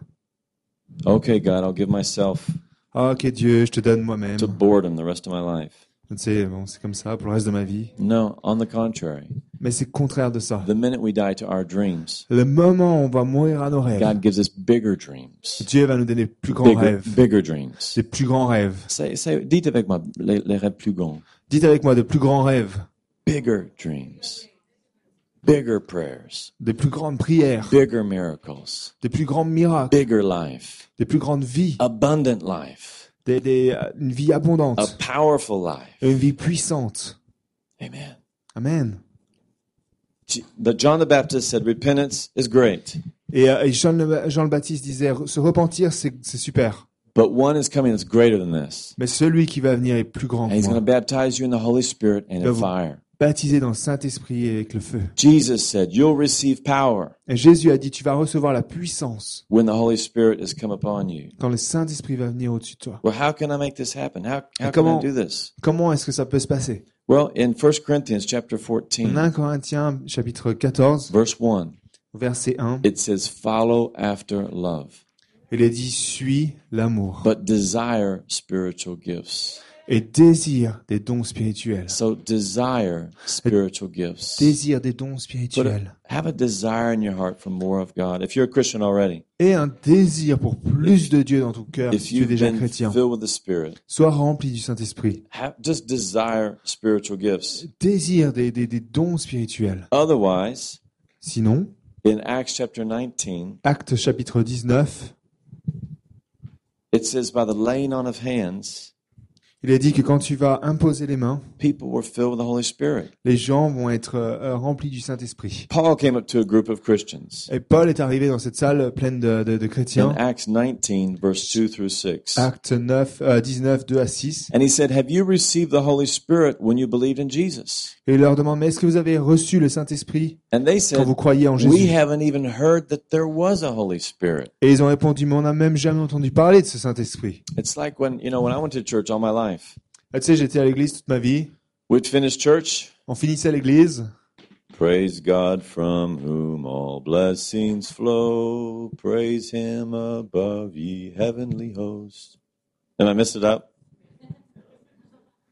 Speaker 1: Okay, God, I'll give myself
Speaker 2: Ah, ok Dieu, je te donne moi-même.
Speaker 1: to boredom the rest of my life.
Speaker 2: C'est bon, c'est comme ça pour le reste de ma vie.
Speaker 1: No, on the contrary.
Speaker 2: Mais c'est contraire de ça.
Speaker 1: The minute we die to our dreams,
Speaker 2: Le moment où on va mourir à nos rêves,
Speaker 1: God gives us bigger dreams.
Speaker 2: Dieu va nous donner plus grands
Speaker 1: Bigger,
Speaker 2: rêves.
Speaker 1: bigger dreams.
Speaker 2: Des plus grands rêves.
Speaker 1: Say, say, dites avec moi, les, les rêves plus grands.
Speaker 2: Dites avec moi de plus grands rêves,
Speaker 1: Bigger dreams. Bigger prayers.
Speaker 2: des plus grandes prières,
Speaker 1: Bigger miracles.
Speaker 2: des plus grands miracles,
Speaker 1: Bigger life.
Speaker 2: des plus grandes vies,
Speaker 1: Abundant life.
Speaker 2: des, des, euh, une vie
Speaker 1: A
Speaker 2: abondante,
Speaker 1: powerful life.
Speaker 2: une vie puissante.
Speaker 1: Amen.
Speaker 2: Amen.
Speaker 1: J- The John the Baptist said, repentance is great,
Speaker 2: Et, euh, et Jean, le, Jean le Baptiste disait, se repentir, c'est c'est super.
Speaker 1: but one is coming that's greater than this.
Speaker 2: Mais celui qui va venir est plus grand
Speaker 1: And
Speaker 2: que
Speaker 1: he's going to
Speaker 2: moi.
Speaker 1: baptize you in the Holy Spirit and in
Speaker 2: Love.
Speaker 1: fire.
Speaker 2: Baptisé dans le Saint-Esprit et avec le feu.
Speaker 1: Jesus said, You'll receive power
Speaker 2: Et Jésus a dit, tu vas recevoir la puissance
Speaker 1: when the Holy Spirit has come upon you.
Speaker 2: quand le Saint-Esprit va venir au-dessus de toi.
Speaker 1: Well, how can I make this happen? How, how can
Speaker 2: Et
Speaker 1: I
Speaker 2: comment-
Speaker 1: do this?
Speaker 2: Comment est-ce que ça peut se passer
Speaker 1: Well, in 1 Corinthians chapter
Speaker 2: En
Speaker 1: 14,
Speaker 2: 1 Corinthiens chapitre 14,
Speaker 1: verse 1,
Speaker 2: verset 1,
Speaker 1: it says, Follow after love,
Speaker 2: il est dit, suis l'amour
Speaker 1: but desire spiritual gifts.
Speaker 2: et désire des dons spirituels.
Speaker 1: So desire spiritual gifts.
Speaker 2: Désire des dons spirituels.
Speaker 1: Have a desire in your heart for more of God. If you're a Christian already,
Speaker 2: Et un désir pour plus de Dieu dans ton cœur
Speaker 1: if
Speaker 2: si tu es
Speaker 1: you've
Speaker 2: déjà
Speaker 1: been
Speaker 2: chrétien.
Speaker 1: filled with the Spirit,
Speaker 2: Sois rempli du Saint-Esprit.
Speaker 1: have, just desire spiritual gifts.
Speaker 2: Désire des, des, des dons spirituels.
Speaker 1: Otherwise,
Speaker 2: Sinon,
Speaker 1: in Acts chapter 19,
Speaker 2: acte chapitre 19,
Speaker 1: it says, By the laying on of hands,
Speaker 2: il est dit que quand tu vas imposer les mains,
Speaker 1: people were filled with the Holy Spirit.
Speaker 2: les gens vont être euh, remplis du Saint-Esprit.
Speaker 1: Paul came up to a group of Christians
Speaker 2: Et Paul est arrivé dans cette salle pleine de, de, de
Speaker 1: in
Speaker 2: chrétiens.
Speaker 1: Acts 19, verse 2 through 6.
Speaker 2: Acte 9, euh, 19, 2 à 6.
Speaker 1: And he said, Have you received the Holy Spirit when you believed in Jesus?
Speaker 2: Et il leur demande, mais est-ce que vous avez reçu le Saint-Esprit
Speaker 1: And they
Speaker 2: quand vous
Speaker 1: said,
Speaker 2: croyez en
Speaker 1: We
Speaker 2: Jésus
Speaker 1: haven't even heard that there was a Holy Spirit.
Speaker 2: Et ils ont répondu, mais on n'a même jamais entendu parler de ce Saint-Esprit.
Speaker 1: It's like when, you know, when I went to church all my life,
Speaker 2: Ah, tu sais, j'étais à l'église toute ma vie.
Speaker 1: we'd finish church.
Speaker 2: On finissait l'église.
Speaker 1: Praise God from whom all blessings flow. Praise him above ye heavenly hosts. Am I messed it up?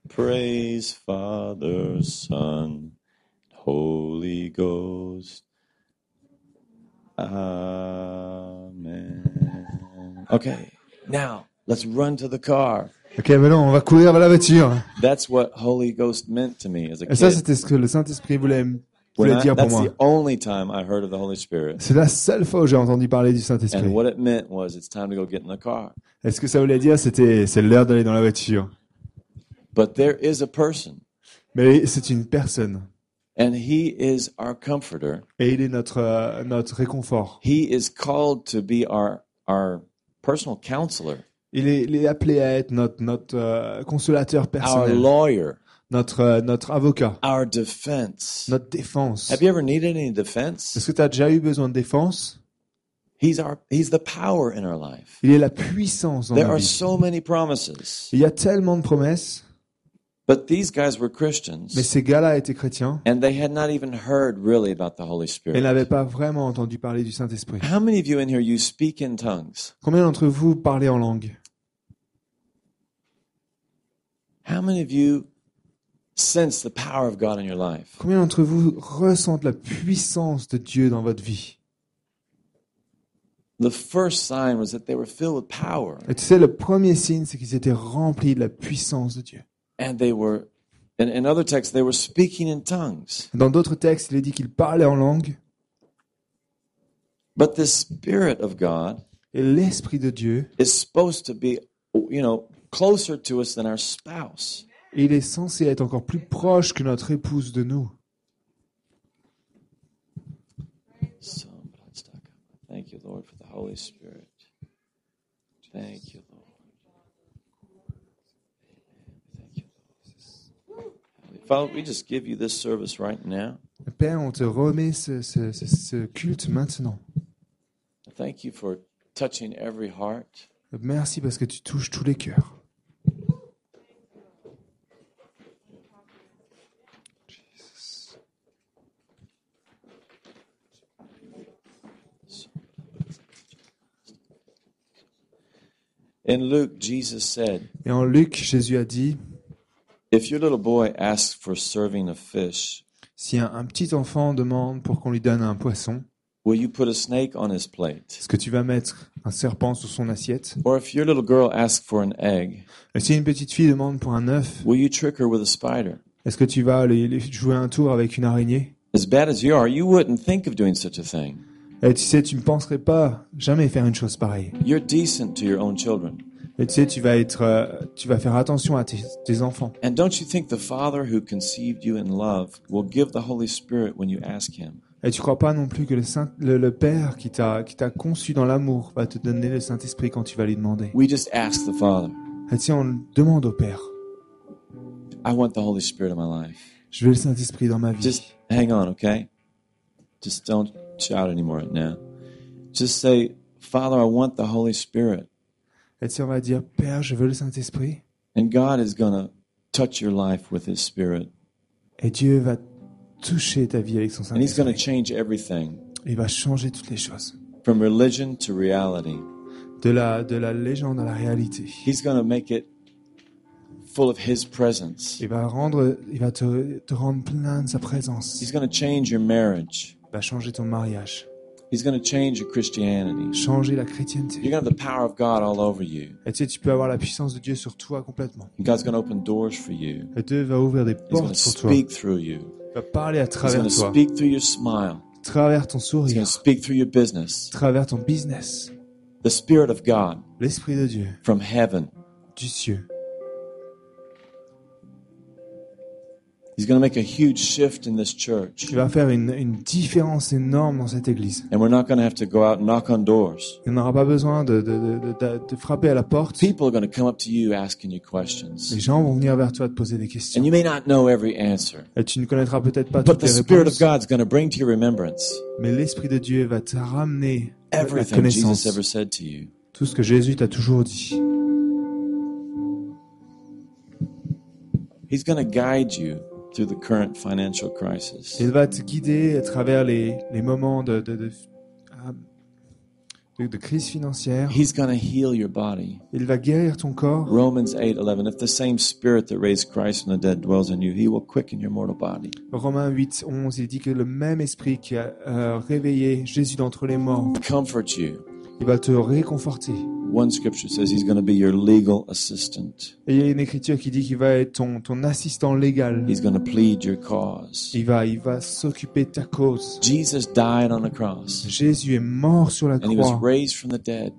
Speaker 1: Praise Father, Son, Holy Ghost. Amen. Okay, now let's run to the car.
Speaker 2: Ok, maintenant, on va courir vers la voiture.
Speaker 1: That's what Holy Ghost meant to me as a
Speaker 2: Et ça,
Speaker 1: kid.
Speaker 2: c'était ce que le Saint-Esprit voulait, me-
Speaker 1: When
Speaker 2: voulait
Speaker 1: I-
Speaker 2: dire pour
Speaker 1: that's
Speaker 2: moi.
Speaker 1: the only time I heard of the Holy Spirit.
Speaker 2: C'est la seule fois où j'ai entendu parler du
Speaker 1: And
Speaker 2: Saint-Esprit.
Speaker 1: what it meant was it's time to go get in the car.
Speaker 2: Est-ce que ça voulait dire, c'était, c'est l'heure d'aller dans la voiture.
Speaker 1: But there is a person,
Speaker 2: Mais c'est une personne.
Speaker 1: and he is our comforter.
Speaker 2: Et il est notre, euh, notre réconfort.
Speaker 1: He is called to be our our personal counselor,
Speaker 2: Il est, il est appelé à être notre, notre euh, consolateur
Speaker 1: our
Speaker 2: personnel,
Speaker 1: lawyer,
Speaker 2: notre, euh, notre avocat,
Speaker 1: our defense.
Speaker 2: notre défense.
Speaker 1: Have you ever needed any defense?
Speaker 2: Est-ce que tu as déjà eu besoin de défense
Speaker 1: He's our he's the power in our life.
Speaker 2: Il est la puissance dans
Speaker 1: There
Speaker 2: la
Speaker 1: are
Speaker 2: vie.
Speaker 1: so many promises.
Speaker 2: Il y a tellement de promesses,
Speaker 1: But these guys were
Speaker 2: mais
Speaker 1: Christians
Speaker 2: ces gars-là étaient chrétiens
Speaker 1: and they had not even heard really about the Holy
Speaker 2: et
Speaker 1: Spirit.
Speaker 2: n'avaient pas vraiment entendu parler du Saint-Esprit.
Speaker 1: How many of you in here you speak in tongues?
Speaker 2: Combien d'entre vous parlez en langue
Speaker 1: How many of you sense the power of God in your life?
Speaker 2: Combien d'entre vous ressentent la puissance de Dieu dans votre vie
Speaker 1: The first sign was that they were filled with power
Speaker 2: Et tu sais, le premier signe, c'est qu'ils étaient remplis de la puissance de Dieu.
Speaker 1: and they were, in, in other texts, they were speaking in tongues.
Speaker 2: Dans d'autres textes, il est dit qu'ils parlaient en langue
Speaker 1: But the Spirit of God
Speaker 2: et l'Esprit de Dieu,
Speaker 1: is supposed to be, you know, closer to us than our spouse.
Speaker 2: il est censé être encore plus proche que notre épouse de nous.
Speaker 1: Thank you, Lord, for the Holy Spirit. Thank you, Lord. Amen. Thank you, Lord. Father, we just give you this service right now.
Speaker 2: Père, on te remet ce, ce- ce- ce culte maintenant.
Speaker 1: Thank you for touching every heart.
Speaker 2: Merci parce que tu touches tous les cœurs.
Speaker 1: In Luke, Jesus said,
Speaker 2: Et en Luc, Jésus a dit,
Speaker 1: If your little boy asks for a serving of fish,
Speaker 2: si un, un petit enfant demande pour qu'on lui donne un poisson,
Speaker 1: will you put a snake on his plate?
Speaker 2: est-ce que tu vas mettre un serpent sur son assiette
Speaker 1: Or if your little girl asks for an egg,
Speaker 2: Et si une petite fille demande pour un œuf,
Speaker 1: will you trick her with a spider?
Speaker 2: est-ce que tu vas lui- lui jouer un tour avec une araignée
Speaker 1: As bad as you are, you wouldn't think of doing such a thing.
Speaker 2: Et tu sais, tu ne penserais pas jamais faire une chose pareille.
Speaker 1: You're decent to your own children.
Speaker 2: Et tu sais, tu vas être, euh, tu vas faire attention à tes, tes enfants.
Speaker 1: And don't you think the Father who conceived you in love will give the Holy Spirit when you ask Him?
Speaker 2: Et tu crois pas non plus que le, Saint- le, le Père qui t'a, qui t'a conçu dans l'amour va te donner le Saint-Esprit quand tu vas lui demander.
Speaker 1: We just ask the Father,
Speaker 2: Et tu sais, on demande au Père,
Speaker 1: I want the Holy Spirit in my life.
Speaker 2: je veux le Saint-Esprit dans ma vie.
Speaker 1: Just hang on, okay? Just don't shout anymore now. Just say, Father, I want the Holy Spirit.
Speaker 2: Et tu sais, on va dire, Père, je veux le Saint-Esprit.
Speaker 1: And God is going to touch your life with His Spirit.
Speaker 2: Et Dieu va toucher ta vie avec son
Speaker 1: And He's going to
Speaker 2: Saint-Esprit.
Speaker 1: change everything
Speaker 2: Il va changer toutes les choses.
Speaker 1: from religion to reality.
Speaker 2: De la, de la légende à la réalité.
Speaker 1: He's going to make it full of His presence.
Speaker 2: Il va rendre, il va te, te rendre plein de sa présence.
Speaker 1: He's going to change your marriage.
Speaker 2: Il va changer ton mariage,
Speaker 1: He's going to change your Christianity.
Speaker 2: changer la
Speaker 1: You're
Speaker 2: chrétienté.
Speaker 1: going to have the power of God all over you.
Speaker 2: Et tu sais, tu peux avoir la puissance de Dieu sur toi complètement.
Speaker 1: And God's going to open doors for you.
Speaker 2: Et Dieu va ouvrir des
Speaker 1: He's going
Speaker 2: portes
Speaker 1: to
Speaker 2: pour toi.
Speaker 1: speak through you.
Speaker 2: Il va parler à
Speaker 1: He's
Speaker 2: travers
Speaker 1: going to
Speaker 2: toi,
Speaker 1: speak through your smile.
Speaker 2: travers ton
Speaker 1: He's going
Speaker 2: sourire,
Speaker 1: to speak through your business.
Speaker 2: travers ton business.
Speaker 1: The Spirit of God
Speaker 2: L'Esprit de Dieu,
Speaker 1: from heaven.
Speaker 2: du ciel,
Speaker 1: He's going to make a huge shift in this church.
Speaker 2: il va faire une, une différence énorme dans cette église.
Speaker 1: And we're not going to have to go out and knock on doors.
Speaker 2: Il n'aura pas besoin de, de, de, de- de frapper à la porte.
Speaker 1: People are going to come up to you asking you
Speaker 2: Les
Speaker 1: questions.
Speaker 2: gens vont venir vers toi te poser des questions.
Speaker 1: And you may not know every answer,
Speaker 2: Et tu ne connaîtras peut-être pas
Speaker 1: but
Speaker 2: toutes
Speaker 1: the
Speaker 2: les
Speaker 1: Spirit of
Speaker 2: réponses,
Speaker 1: God's going to bring to your remembrance
Speaker 2: mais l'Esprit de Dieu va te ramener la la
Speaker 1: everything Jesus
Speaker 2: connaissance.
Speaker 1: ever said to you.
Speaker 2: tout ce que Jésus t'a toujours dit.
Speaker 1: He's going to guide you through the current financial crisis.
Speaker 2: Il va te guider à travers les, les moments de, de, de, ah, de- de crise financière.
Speaker 1: He's going to heal your body.
Speaker 2: Il va guérir ton corps.
Speaker 1: Romans 8:11 If the same spirit that raised Christ from the dead dwells in you, he will quicken your mortal body.
Speaker 2: Romains 8, 11, il dit que le même esprit qui a euh, réveillé Jésus d'entre les morts,
Speaker 1: Comfort you.
Speaker 2: il va te réconforter.
Speaker 1: One scripture says he's going to be your legal assistant.
Speaker 2: Et il y a une écriture qui dit qu'il va être ton, ton assistant légal.
Speaker 1: He's going to plead your cause.
Speaker 2: Il va, il va s'occuper de ta cause.
Speaker 1: Jesus died on the cross
Speaker 2: Jésus est mort sur la
Speaker 1: and he was
Speaker 2: croix.
Speaker 1: raised from the dead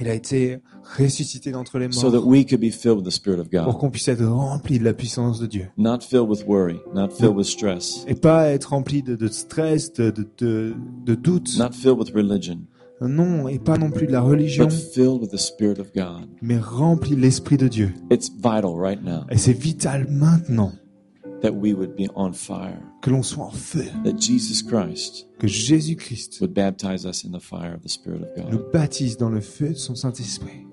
Speaker 2: Il a été ressuscité d'entre les
Speaker 1: so that
Speaker 2: morts
Speaker 1: we could be filled with the Spirit of
Speaker 2: pour
Speaker 1: God.
Speaker 2: qu'on puisse être rempli de la puissance de Dieu.
Speaker 1: Not filled with worry, not filled with stress,
Speaker 2: et pas être rempli de, de stress, de, de, de, de doutes.
Speaker 1: not filled with religion,
Speaker 2: Non, et pas non plus de la religion,
Speaker 1: but filled with the Spirit of God.
Speaker 2: mais rempli de l'Esprit de Dieu.
Speaker 1: It's vital right now
Speaker 2: Et c'est vital maintenant
Speaker 1: that we would be on fire,
Speaker 2: que l'on soit en feu,
Speaker 1: that Jesus Christ
Speaker 2: que Jésus-Christ
Speaker 1: would baptize us in the fire of the Spirit of God.
Speaker 2: nous baptise dans le feu de son Saint-Esprit.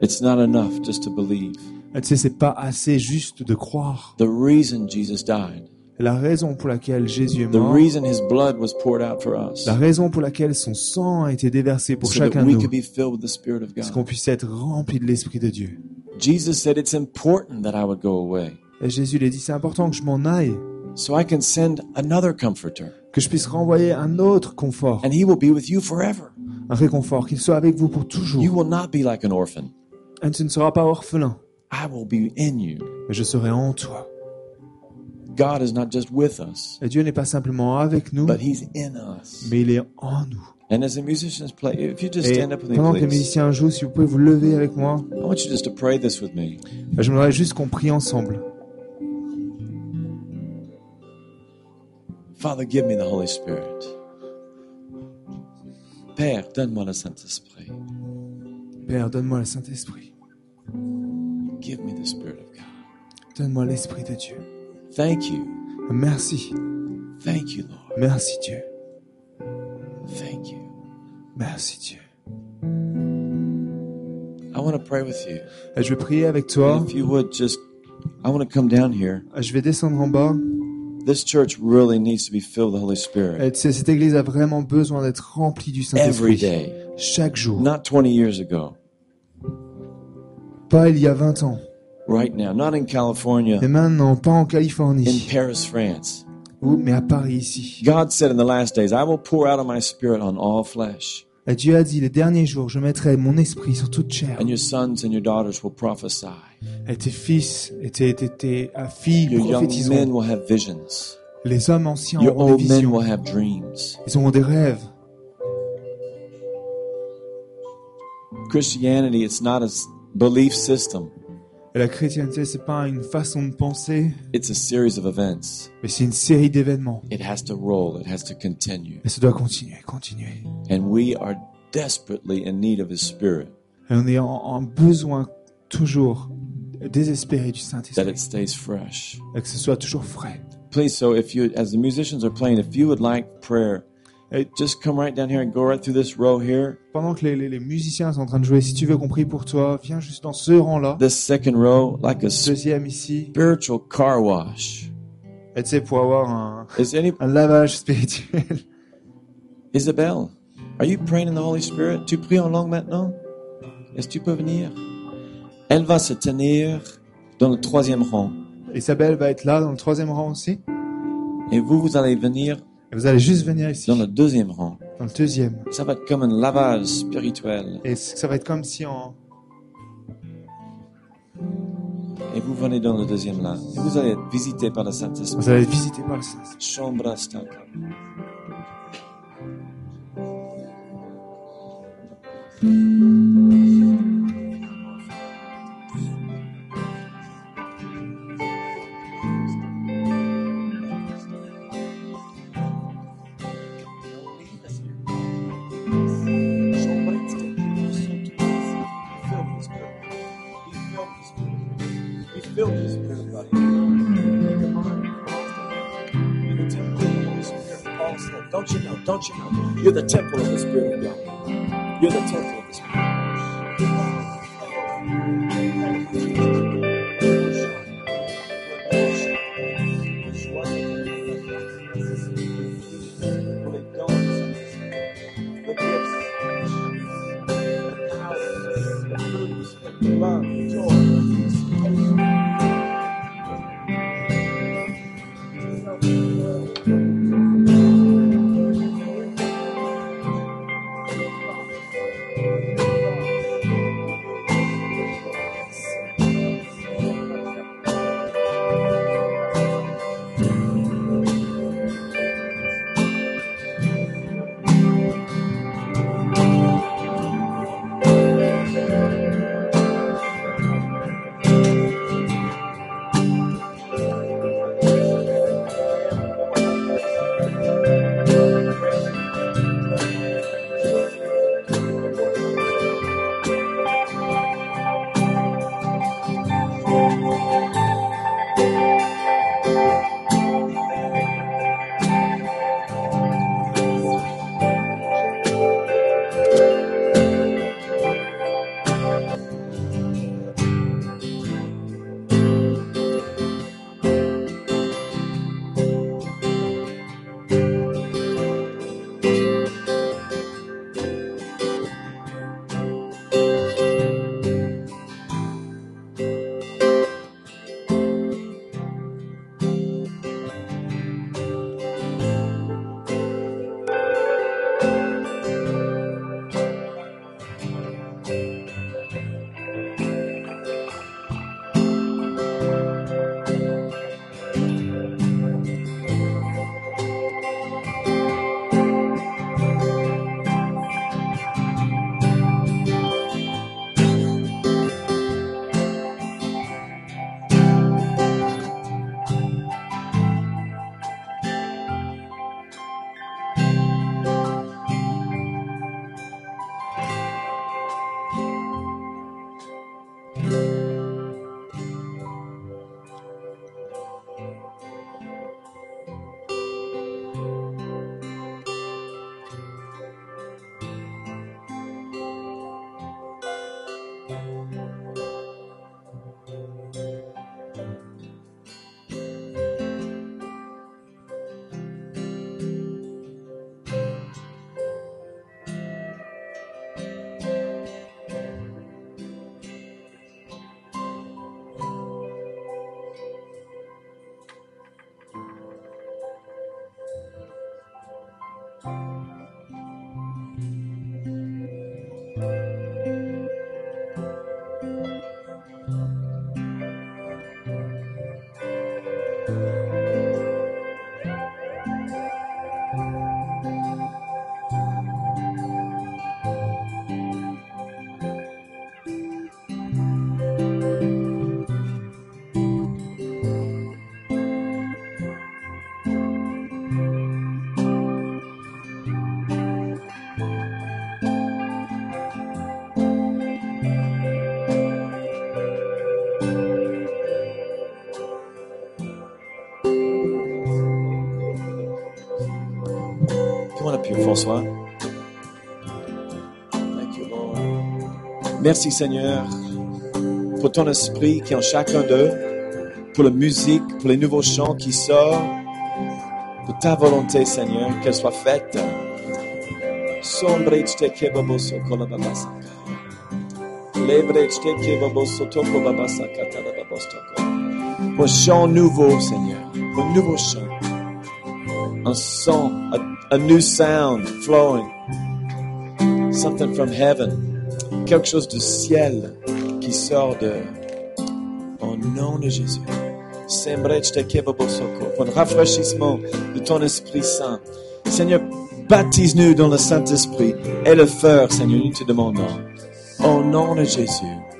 Speaker 1: It's not enough just to believe.
Speaker 2: Et Tu sais, c'est pas assez juste de croire.
Speaker 1: The reason Jesus died,
Speaker 2: La raison pour laquelle Jésus est
Speaker 1: the
Speaker 2: mort,
Speaker 1: reason his blood was poured out for us,
Speaker 2: la raison pour laquelle son sang a été déversé pour
Speaker 1: so that
Speaker 2: chacun de
Speaker 1: we
Speaker 2: nous,
Speaker 1: could be filled with the Spirit of
Speaker 2: c'est qu'on
Speaker 1: God.
Speaker 2: puisse être rempli de l'Esprit de Dieu.
Speaker 1: Jesus said, It's important that I would go away.
Speaker 2: Et Jésus lui a dit, c'est important que je m'en aille,
Speaker 1: so I can send another comforter,
Speaker 2: que je puisse renvoyer un autre confort.
Speaker 1: and he will be with you forever.
Speaker 2: un réconfort, qu'il soit avec vous pour
Speaker 1: You
Speaker 2: toujours.
Speaker 1: will not be like an orphan.
Speaker 2: Et tu ne seras pas orphelin,
Speaker 1: I will be in you.
Speaker 2: mais je serai en toi.
Speaker 1: God is not just with us,
Speaker 2: Et Dieu n'est pas simplement avec nous,
Speaker 1: but he's in us.
Speaker 2: mais il est en nous.
Speaker 1: And as the musicians play, if you just
Speaker 2: Et
Speaker 1: stand up with me,
Speaker 2: pendant que les
Speaker 1: please.
Speaker 2: musiciens jouent, si vous pouvez vous lever avec moi,
Speaker 1: I want you just to pray this with me.
Speaker 2: j'aimerais juste qu'on prie ensemble.
Speaker 1: Father, give me the Holy Spirit. Père, donne-moi le Saint-Esprit.
Speaker 2: Père, donne-moi le Saint-Esprit.
Speaker 1: Give me the Spirit of God.
Speaker 2: Donne-moi l'Esprit de Dieu.
Speaker 1: Thank you.
Speaker 2: Merci.
Speaker 1: Thank you, Lord.
Speaker 2: Merci Dieu.
Speaker 1: Thank you.
Speaker 2: Merci Dieu.
Speaker 1: I want to pray with you.
Speaker 2: Et je vais prier avec toi.
Speaker 1: And if you would just, I want to come down here.
Speaker 2: Je vais descendre en bas.
Speaker 1: This church really needs to be filled with the Holy Spirit
Speaker 2: Et Euh, tu sais, cette église a vraiment besoin d'être remplie du
Speaker 1: every
Speaker 2: Saint-Esprit.
Speaker 1: day,
Speaker 2: Chaque jour.
Speaker 1: not 20 years ago,
Speaker 2: Pas il y a 20 ans.
Speaker 1: right now, not in California,
Speaker 2: Et maintenant, pas en
Speaker 1: in
Speaker 2: Californie.
Speaker 1: Paris, France.
Speaker 2: Ou, mais à Paris ici.
Speaker 1: God said in the last days, I will pour out of my spirit on all flesh,
Speaker 2: Et Dieu a dit, les derniers jours, je mettrai mon esprit sur toute chair.
Speaker 1: and your sons and your daughters will prophesy.
Speaker 2: Et tes fils et tes, tes, tes, euh, filles
Speaker 1: Your young men
Speaker 2: prophétiseront.
Speaker 1: will have visions.
Speaker 2: Les hommes anciens
Speaker 1: Your
Speaker 2: auront des
Speaker 1: old men
Speaker 2: visions.
Speaker 1: will have dreams.
Speaker 2: Ils auront des rêves.
Speaker 1: Christianity, it's not a s- belief system,
Speaker 2: Et la chrétienté, c'est pas une façon de penser,
Speaker 1: it's a series of events.
Speaker 2: mais c'est une série d'événements.
Speaker 1: It has to roll, it has to continue.
Speaker 2: Et ça doit continuer, continuer.
Speaker 1: And we are desperately in need of His Spirit
Speaker 2: Et on est en, en besoin toujours désespéré du
Speaker 1: that
Speaker 2: Saint-Esprit.
Speaker 1: it stays fresh.
Speaker 2: Et que ce soit toujours frais.
Speaker 1: Please, so if you, as the musicians are playing, if you would like prayer, eh, just come right down here and go right through this row here,
Speaker 2: Pendant que les, les- les musiciens sont en train de jouer, si tu veux qu'on prie pour toi, viens juste dans ce rang-là.
Speaker 1: this second row, like a
Speaker 2: Deuxième ici.
Speaker 1: spiritual car wash.
Speaker 2: Et tu sais, pour avoir un,
Speaker 1: Is any
Speaker 2: un lavage spirituel.
Speaker 1: Isabelle, are you praying in the Holy Spirit? Tu pries en langue maintenant? Est-ce que tu peux venir? Elle va se tenir dans le troisième rang.
Speaker 2: Isabelle va être là dans le troisième rang aussi.
Speaker 1: Et vous, vous allez venir
Speaker 2: Et vous allez juste venir ici,
Speaker 1: dans le deuxième rang.
Speaker 2: dans le deuxième.
Speaker 1: Ça va être comme un lavage spirituel.
Speaker 2: Et c- ça va être comme si on...
Speaker 1: Et vous venez dans le deuxième là. Et vous allez être visité par le Saint-Esprit.
Speaker 2: Vous allez être visité par le saint
Speaker 1: Chambre Stanka. Don't you know? Don't you know? You're the temple of the Spirit of God. You're the temple of the Spirit. Come on up here, François. Thank you, Lord. Merci, Seigneur, pour ton esprit qui est en chacun d'eux, pour la musique, pour les nouveaux chants qui sortent, pour ta volonté, Seigneur, qu'elle soit faite. Sombrejte kebaboso kolababasaka. Lebrejte kebaboso tokobabasaka talababostoko. Un chant nouveau, Seigneur, un nouveau chant, un son, a, a new sound flowing, something from heaven, quelque chose du ciel qui sort de. Au nom de Jésus. Sembrejte kebabosoko, Pour un rafraîchissement de ton Esprit Saint. Seigneur, baptise-nous dans le Saint-Esprit et le feu, Seigneur, nous te demandons. Au nom de Jésus.